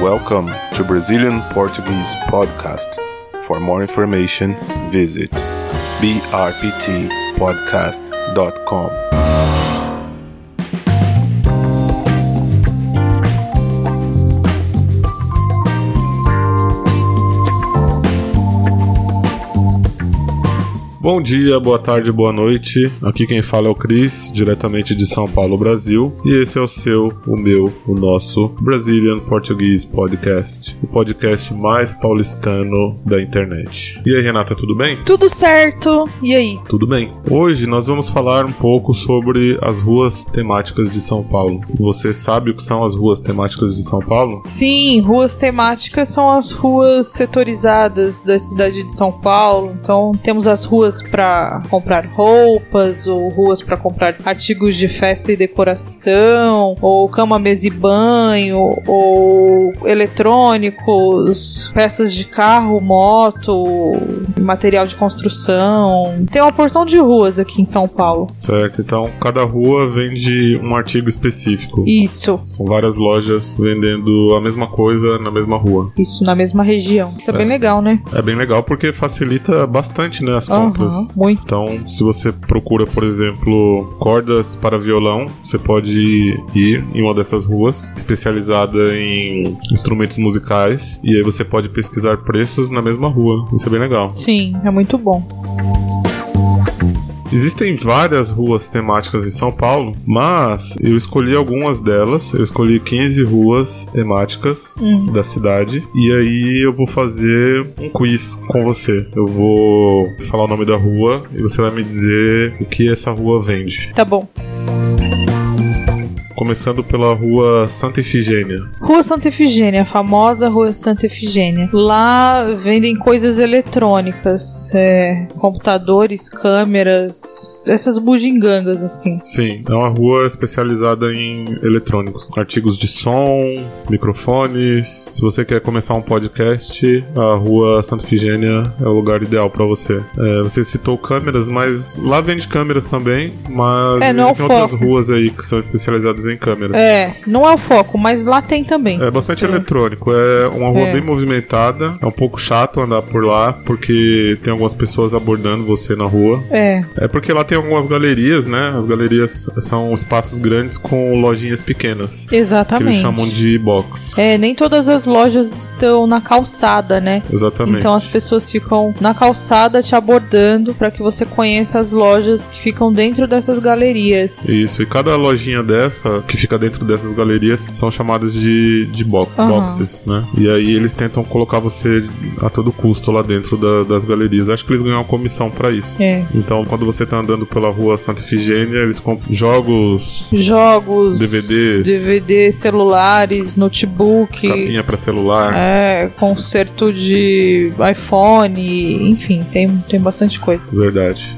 Welcome to Brazilian Portuguese Podcast. For more information, visit brptpodcast.com. Bom dia, boa tarde, boa noite. Aqui quem fala é o Cris, diretamente de São Paulo, Brasil. E esse é o seu, o meu, o nosso Brazilian Portuguese Podcast. O podcast mais paulistano da internet. E aí, Renata, tudo bem? Tudo certo. E aí? Tudo bem. Hoje nós vamos falar um pouco sobre as ruas temáticas de São Paulo. Você sabe o que são as ruas temáticas de São Paulo? Sim, ruas temáticas são as ruas setorizadas da cidade de São Paulo. Então temos as ruas para comprar roupas, ou ruas para comprar artigos de festa e decoração, ou cama, mesa e banho, ou eletrônicos, peças de carro, moto, material de construção. Tem uma porção de ruas aqui em São Paulo. Certo, então cada rua vende um artigo específico. Isso. São várias lojas vendendo a mesma coisa na mesma rua. Isso na mesma região. Isso é, bem legal, né? É bem legal porque facilita bastante né, as compras. Aham, muito. Então, se você procura, por exemplo, cordas para violão, você pode ir em uma dessas ruas especializada em instrumentos musicais e aí você pode pesquisar preços na mesma rua. Isso é bem legal. Sim, é muito bom. Existem várias ruas temáticas em São Paulo, mas eu escolhi algumas delas. Eu escolhi 15 ruas temáticas da cidade. E aí eu vou fazer um quiz com você. Eu vou falar o nome da rua e você vai me dizer o que essa rua vende. Tá bom. Começando pela rua Santa Efigênia. Rua Santa Efigênia, a famosa Rua Santa Efigênia. Lá vendem coisas eletrônicas, é, computadores, câmeras, essas bugigangas assim. Sim, é uma rua especializada em eletrônicos, artigos de som, microfones. Se você quer começar um podcast, a rua Santa Figênia é o lugar ideal para você. É, você citou câmeras, mas lá vende câmeras também, mas É, não é o existem outras foco. ruas aí que são especializadas em câmeras. É, não é o foco, mas lá tem também. É bastante Sim. eletrônico, é uma rua É. bem movimentada, é um pouco chato andar por lá, porque tem algumas pessoas abordando você na rua. É, É porque lá tem algumas galerias, né? As galerias são espaços grandes com lojinhas pequenas. Que eles exatamente. chamam de box. É, nem todas as lojas estão na calçada, né? Exatamente. Então as pessoas ficam na calçada te abordando para que você conheça as lojas que ficam dentro dessas galerias. Isso, e cada lojinha dessa, que fica dentro dessas galerias, são chamadas de, de bo- Aham. boxes, né? E aí eles tentam colocar você a todo custo lá dentro da- das galerias. Acho que eles ganham uma comissão pra isso. É. Então, quando você tá andando pela rua Santa Efigênia, eles compram jogos, Jogos, DVDs, DVD, celulares, notebook, capinha pra celular. é, conserto de iPhone, enfim, tem, tem bastante coisa. Verdade.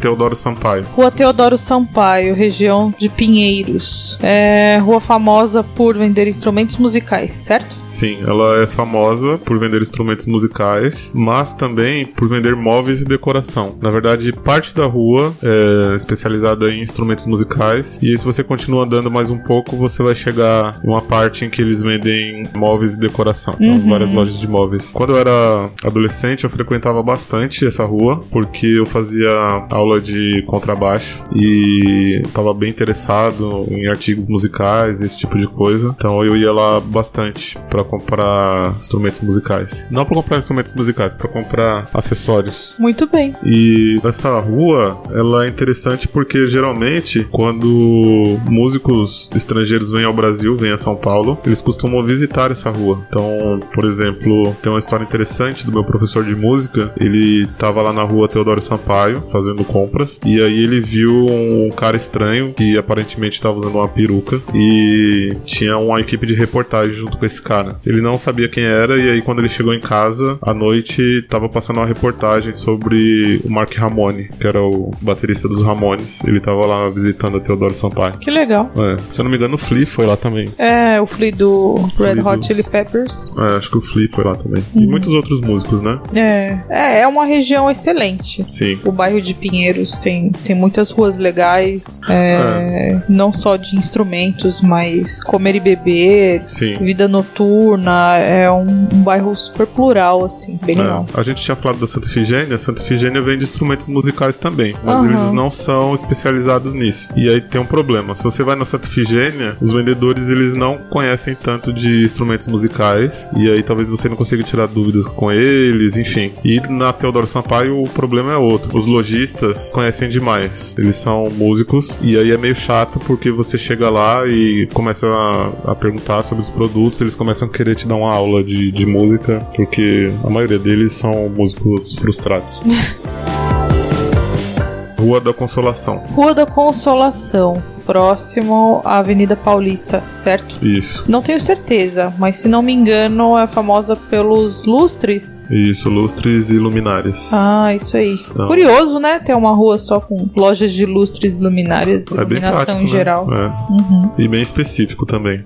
Teodoro Sampaio. Rua Teodoro Sampaio, região de Pinheiros. É, rua famosa por vender instrumentos musicais, certo? Sim, ela é famosa por vender instrumentos musicais, mas também por vender móveis e decoração. Na verdade, parte da rua é especializada em instrumentos musicais. E aí, se você continua andando mais um pouco, você vai chegar em uma parte em que eles vendem móveis e decoração. Então, várias lojas de móveis. Quando eu era adolescente, eu frequentava bastante essa rua, porque eu fazia aula de contrabaixo e estava bem interessado em artigos musicais, esse tipo de coisa. Então eu ia lá bastante para comprar instrumentos musicais. Não para comprar instrumentos musicais, para comprar acessórios. Muito bem. E essa rua, ela é interessante porque geralmente quando músicos estrangeiros vêm ao Brasil, vêm a São Paulo, eles costumam visitar essa rua. Então, por exemplo, tem uma história interessante do meu professor de música, ele tava lá na rua Teodoro Sampaio fazendo compras e aí ele viu um cara estranho que aparentemente estava usando uma peruca e tinha uma equipe de reportagem junto com esse cara. Ele não sabia quem era e aí quando ele chegou em casa, à noite, tava passando uma reportagem sobre o Mark Ramone, que era o baterista dos Ramones. Ele tava lá visitando a Teodoro Sampaio. Que legal. É, se eu não me engano, o Flea foi lá também. É, o Flea do Red Flea Hot do- Chili Peppers. É, acho que o Flea foi lá também. E muitos outros músicos, né? É, é, é uma região excelente. Sim. O bairro de Pinheiros tem, tem muitas ruas legais, é, não só de instrumentos, mas comer e beber, Sim. vida noturna. É um, um bairro super plural, assim, bem legal. É. A gente tinha falado da Santa Ifigênia. A Santa Ifigênia vende instrumentos musicais também, mas Aham. eles não são especializados nisso. E aí tem um problema. Se você vai na Santa Ifigênia, os vendedores eles não conhecem tanto de instrumentos musicais e aí talvez você não consiga tirar dúvidas com eles, enfim. E na Teodoro Sampaio o problema é outro. Os lojistas conhecem demais. Eles são músicos e aí é meio chato porque você chega lá e começa a, a perguntar sobre os produtos, eles começam a querer te dar uma aula de, de música, porque a maioria deles são músicos frustrados. Rua da Consolação. Rua da Consolação, próximo à Avenida Paulista, certo? Isso. Não tenho certeza, mas se não me engano, é famosa pelos lustres. Isso, lustres e luminárias. Ah, isso aí. Então. Curioso, né? Ter uma rua só com lojas de lustres, luminárias, é bem iluminação prático, em geral. Né? É. Uhum. E bem específico também.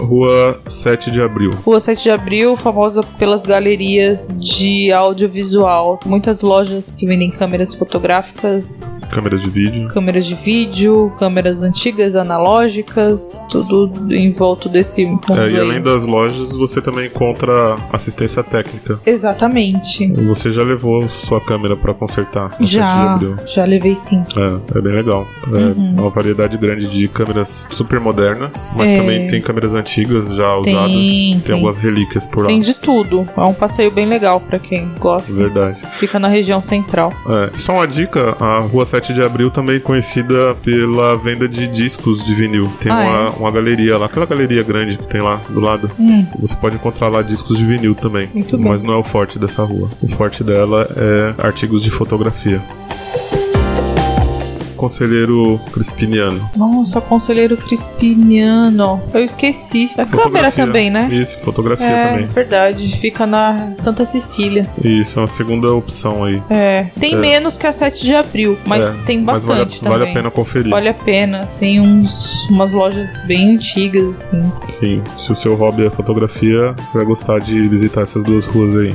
Rua 7 de Abril. Rua 7 de Abril, famosa pelas galerias de audiovisual. Muitas lojas que vendem câmeras fotográficas, Câmera de vídeo. câmeras de vídeo, câmeras antigas, analógicas, tudo em volta desse mundo. É, e aí. além das lojas, você também encontra assistência técnica. Exatamente. Você já levou sua câmera pra consertar no 7 de Já, Uhum. abril. já levei sim. É, é bem legal. É uma variedade grande de câmeras super modernas, mas É. também tem câmeras antigas já usadas. Tem, tem. algumas relíquias por lá. Tem de tudo. É um passeio bem legal pra quem gosta. Verdade. Fica na região central. É, só uma dica, a Rua 7 de Abril também é conhecida pela venda de discos de vinil. Tem Ah, uma, uma galeria lá, aquela galeria grande que tem lá do lado. Hum. Você pode encontrar lá discos de vinil também. Muito bom. mas não é o forte dessa rua. O forte dela é artigos de fotografia. Conselheiro Crispiniano. Nossa, Conselheiro Crispiniano. Eu esqueci. A câmera Fotografia. também, né? Isso, fotografia é, também. verdade. Fica na Santa Cecília. Isso, é uma segunda opção aí. É. Tem menos que a 7 de abril, mas É, tem Mas vale, bastante a- vale a também. pena conferir. Vale a pena. Tem uns, umas lojas bem antigas, assim. Sim, se o seu hobby é fotografia, você vai gostar de visitar essas duas ruas aí.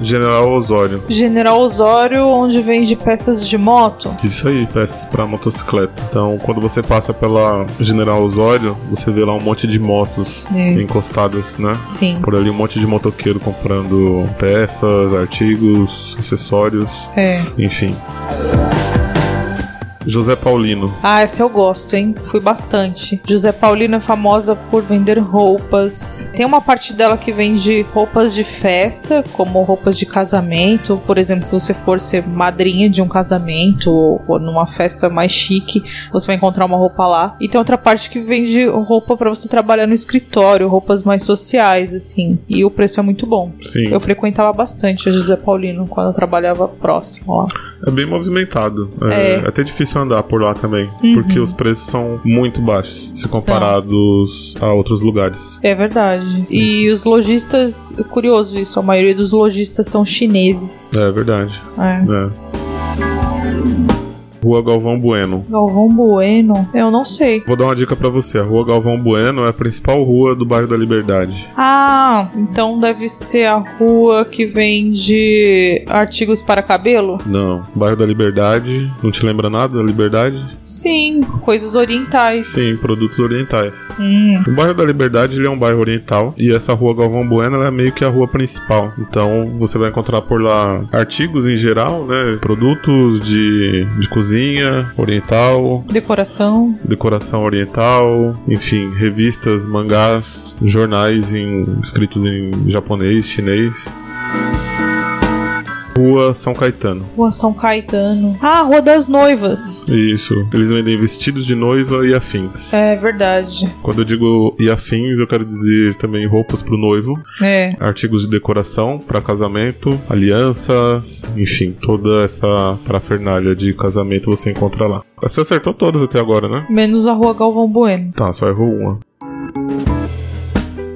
General Osório. General Osório, onde vende peças de moto. Isso aí, peças pra motocicleta. Então, quando você passa pela General Osório, você vê lá um monte de motos É. encostadas, né? Sim. Por ali um monte de motoqueiro comprando peças, artigos, acessórios, É. enfim. José Paulino. Ah, essa eu gosto, hein? Fui bastante. José Paulino é famosa por vender roupas. Tem uma parte dela que vende roupas de festa, como roupas de casamento. Por exemplo, se você for ser madrinha de um casamento ou, ou numa festa mais chique, você vai encontrar uma roupa lá. E tem outra parte que vende roupa pra você trabalhar no escritório, roupas mais sociais, assim. E o preço é muito bom. Sim. Eu frequentava bastante a José Paulino quando eu trabalhava próximo lá. É bem movimentado. É, É. Uhum. é até difícil andar por lá também. Porque os preços são muito baixos se comparados a outros lugares. É verdade. E os lojistas, curioso isso, a maioria dos lojistas são chineses. É verdade. É. É. Rua Galvão Bueno. Galvão Bueno, eu não sei. Vou dar uma dica pra você. A Rua Galvão Bueno é a principal rua do bairro da Liberdade. Ah, então deve ser a rua que vende artigos para cabelo? Não. Bairro da Liberdade. Não te lembra nada da Liberdade? Sim, coisas orientais. Sim, produtos orientais. Hum, O bairro da Liberdade ele é um bairro oriental e essa rua Galvão Bueno ela é meio que a rua principal. Então você vai encontrar por lá artigos em geral, né? Produtos de, de cozinha oriental, decoração. decoração oriental, enfim, revistas, mangás, jornais em- escritos em japonês, chinês. Rua São Caetano. Rua São Caetano. Ah, Rua das Noivas. Isso. Eles vendem vestidos de noiva e afins. É verdade. Quando eu digo e afins, eu quero dizer também roupas pro noivo. É. artigos de decoração para casamento, alianças, enfim, toda essa parafernália de casamento você encontra lá. Você acertou todas até agora, né? Menos a Rua Galvão Bueno. Tá, só errou uma.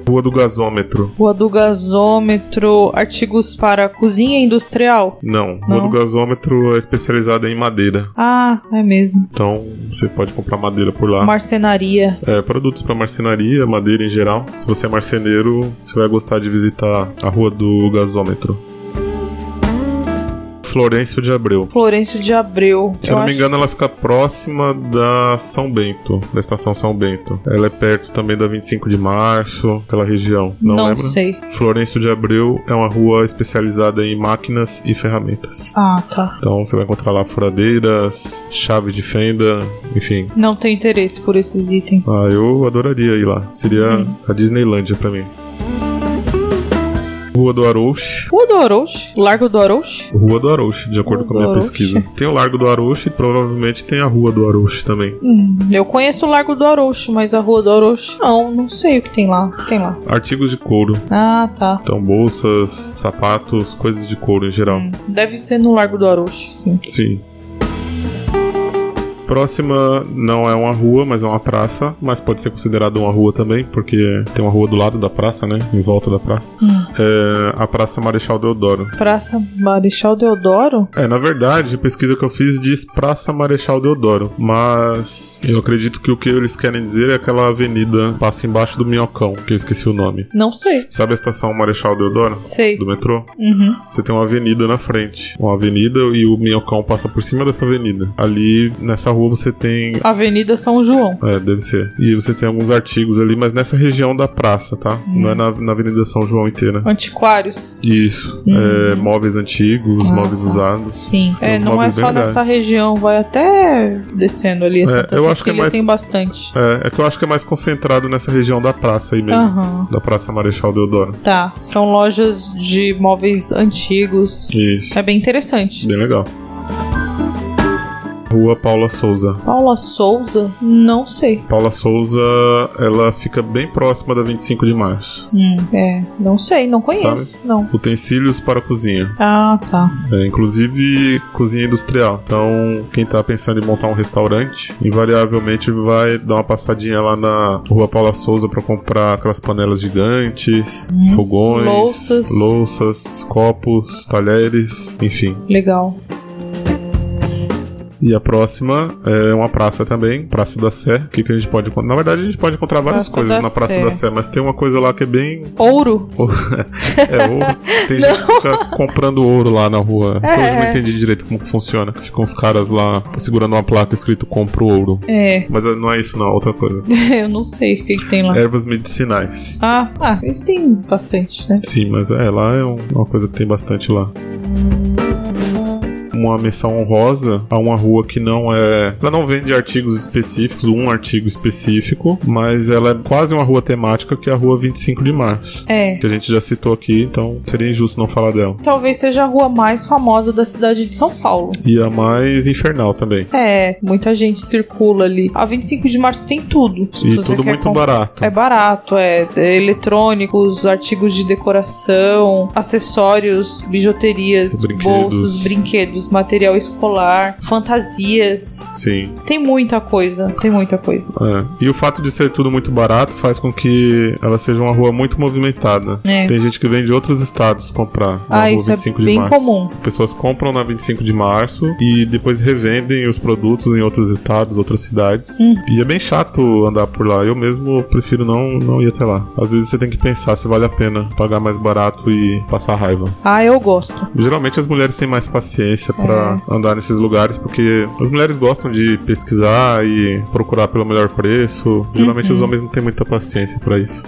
Rua do Gasômetro. Rua do Gasômetro, artigos para cozinha industrial. Não, Rua do Não. Gasômetro é especializada em madeira. Ah, é mesmo. Então você pode comprar madeira por lá. Marcenaria. É, produtos para marcenaria, madeira em geral. Se você é marceneiro, você vai gostar de visitar a Rua do Gasômetro. Florencio de Abreu. Florencio de Abreu. Se eu não me acho- engano, ela fica próxima da São Bento, da estação São Bento. Ela é perto também da 25 de março, aquela região. Não, Não lembra? sei. Florencio de Abreu é uma rua especializada em máquinas e ferramentas. Ah, tá. Então você vai encontrar lá furadeiras, chave de fenda, enfim. Não tenho interesse por esses itens. Ah, eu adoraria ir lá. Seria Uhum. a Disneylândia pra mim. Rua do Arouche. Rua do Orochi? Largo do Orochi? Rua do Arouche, de acordo Rua com a minha do Arouche. pesquisa. Tem o Largo do Arouche e provavelmente tem a Rua do Arouche também. Hum, eu conheço o Largo do Orochi, mas a Rua do Orochi não, não sei o que tem lá. O que tem lá? Artigos de couro. Ah, tá. Então, bolsas, sapatos, coisas de couro em geral. Hum. Deve ser no Largo do Orochi, sim. Sim. Próxima não é uma rua, mas é uma praça. Mas pode ser considerada uma rua também, porque tem uma rua do lado da praça, né? Em volta da praça. É a Praça Marechal Deodoro. Praça Marechal Deodoro? É, na verdade, a pesquisa que eu fiz diz Praça Marechal Deodoro, mas eu acredito que o que eles querem dizer é aquela avenida que passa embaixo do Minhocão, que eu esqueci o nome. Não sei. Sabe a estação Marechal Deodoro? Sei. Do metrô? Uhum. Você tem uma avenida na frente. Uma avenida e o Minhocão passa por cima dessa avenida. Ali, nessa rua, você tem. Avenida São João. É, deve ser. E você tem alguns artigos ali, mas nessa região da praça, tá? Hum. Não é na, na Avenida São João inteira. Antiquários. Isso. É, móveis antigos, Hum. Ah, móveis tá. usados. Sim. Tem É, uns não é móveis bem só nessa legais. região, vai até descendo ali. Santa eu acho que é Cecília mais- tem bastante. É, é que eu acho que é mais concentrado nessa região da praça aí mesmo. Aham. Da Praça Marechal Deodoro. Tá. São lojas de móveis antigos. Isso. É bem interessante. Bem legal. Rua Paula Souza. Paula Souza? Não sei. Paula Souza, ela fica bem próxima da 25 de março. Hum, é, não sei, não conheço. Não. Utensílios para cozinha. Ah, tá. É, inclusive cozinha industrial. Então, quem tá pensando em montar um restaurante, invariavelmente vai dar uma passadinha lá na Rua Paula Souza para comprar aquelas panelas gigantes, fogões, Hum, Louças. louças, copos, talheres, enfim. Legal. E a próxima é uma praça também, Praça da Sé. O que, que a gente pode encontrar? Na verdade, a gente pode encontrar várias Praça coisas da na Praça Sé. da Sé, mas tem uma coisa lá que é bem. Ouro? É ouro. Tem gente que fica comprando ouro lá na rua. Até hoje eu não É. entendi direito como que funciona. Ficam os caras lá segurando uma placa escrito compro ouro. É, Mas não é isso, não, é outra coisa. eu não sei o que, que tem lá. Ervas medicinais. Ah, ah, eles têm bastante, né? Sim, mas é, lá é um- uma coisa que tem bastante lá. Uma menção honrosa a uma rua que não é. Ela não vende artigos específicos, um artigo específico, mas ela é quase uma rua temática, que é a rua 25 de março. É. Que a gente já citou aqui, então seria injusto não falar dela. Talvez seja a rua mais famosa da cidade de São Paulo. E a mais infernal também. É, muita gente circula ali. A 25 de março tem tudo. Se E você tudo quer muito comprar. barato. É barato, é, é eletrônicos, artigos de decoração, acessórios, bijuterias, Brinquedos. bolsos, brinquedos, material escolar, fantasias. Sim. Tem muita coisa, tem muita coisa. é. E o fato de ser tudo muito barato faz com que ela seja uma rua muito movimentada. É. Tem gente que vem de outros estados comprar na ah, rua isso 25 é de bem março. comum. As pessoas compram na 25 de março e depois revendem os produtos em outros estados, outras cidades. Hum. E é bem chato andar por lá. Eu mesmo prefiro não, não ir até lá. Às vezes você tem que pensar se vale a pena pagar mais barato e passar raiva. Ah, eu gosto. Geralmente as mulheres têm mais paciência pra andar nesses lugares porque as mulheres gostam de pesquisar e procurar pelo melhor preço. Geralmente os homens não têm muita paciência pra isso.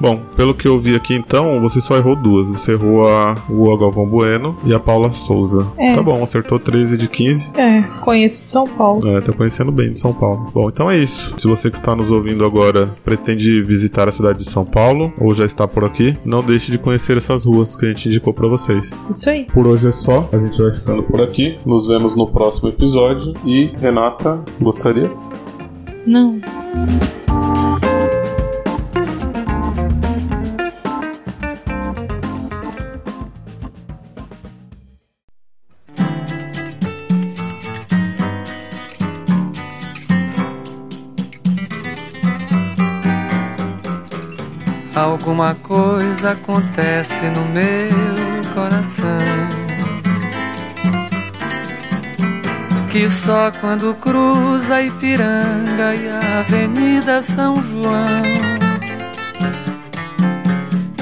Bom, pelo que eu vi aqui então, você só errou duas. Você errou a Rua Galvão Bueno e a Paula Souza. É. Tá bom, acertou 13 de 15. É, conheço de São Paulo. É, tá conhecendo bem de São Paulo. Bom, então é isso. Se você que está nos ouvindo agora pretende visitar a cidade de São Paulo ou já está por aqui, não deixe de conhecer essas ruas que a gente indicou pra vocês. Isso aí. Por hoje é só, a gente vai ficando por aqui. Nos vemos no próximo episódio. E Renata, gostaria? Não. Alguma coisa acontece no meu coração Que só quando cruza a Ipiranga e a Avenida São João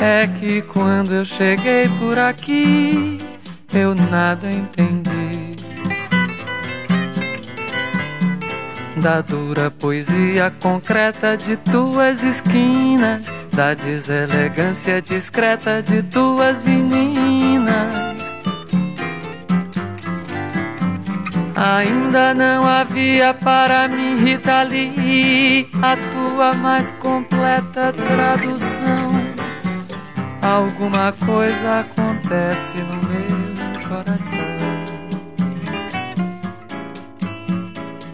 É que quando eu cheguei por aqui eu nada entendi. Da dura poesia concreta de tuas esquinas, da deselegância discreta de tuas meninas. Ainda não havia para mim, Rita Lee, a tua mais completa tradução. Alguma coisa acontece no meu coração.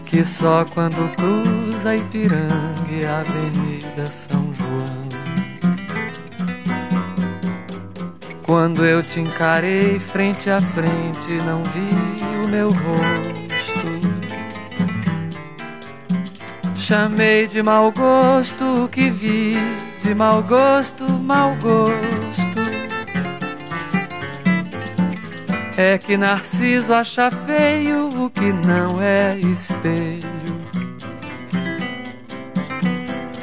Que só quando cruza Ipiranga e a Avenida São João. Quando eu te encarei frente a frente, não vi o meu rosto. Chamei de mau gosto o que vi, de mau gosto, mau gosto. É que Narciso acha feio o que não é espelho.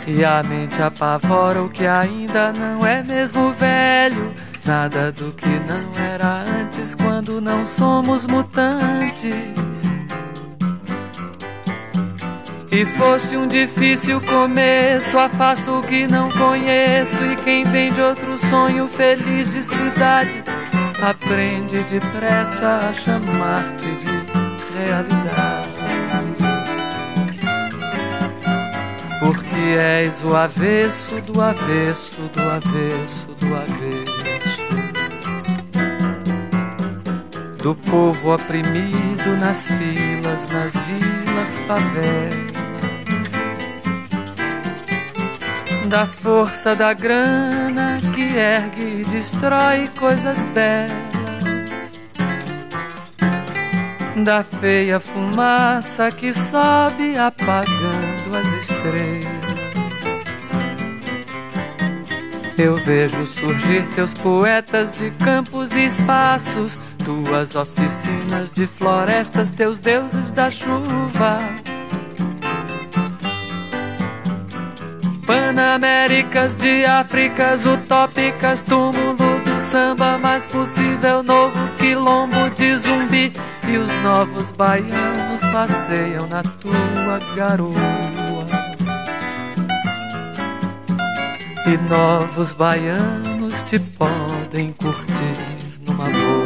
E a mente apavora o que ainda não é mesmo velho. Nada do que não era antes quando não somos mutantes. E foste um difícil começo, afasto o que não conheço. E quem vem de outro sonho feliz de cidade, aprende depressa a chamar-te de realidade. Porque és o avesso do avesso do avesso do avesso. do povo oprimido nas filas, nas vilas, favelas. Da força da grana que ergue e destrói coisas belas. Da feia fumaça que sobe apagando as estrelas. Eu vejo surgir teus poetas de campos e espaços, tuas oficinas de florestas, teus deuses da chuva. Panaméricas de Áfricas utópicas, túmulo do samba mais possível, novo quilombo de zumbi. E os novos baianos passeiam na tua garoa. E novos baianos te podem curtir numa boa.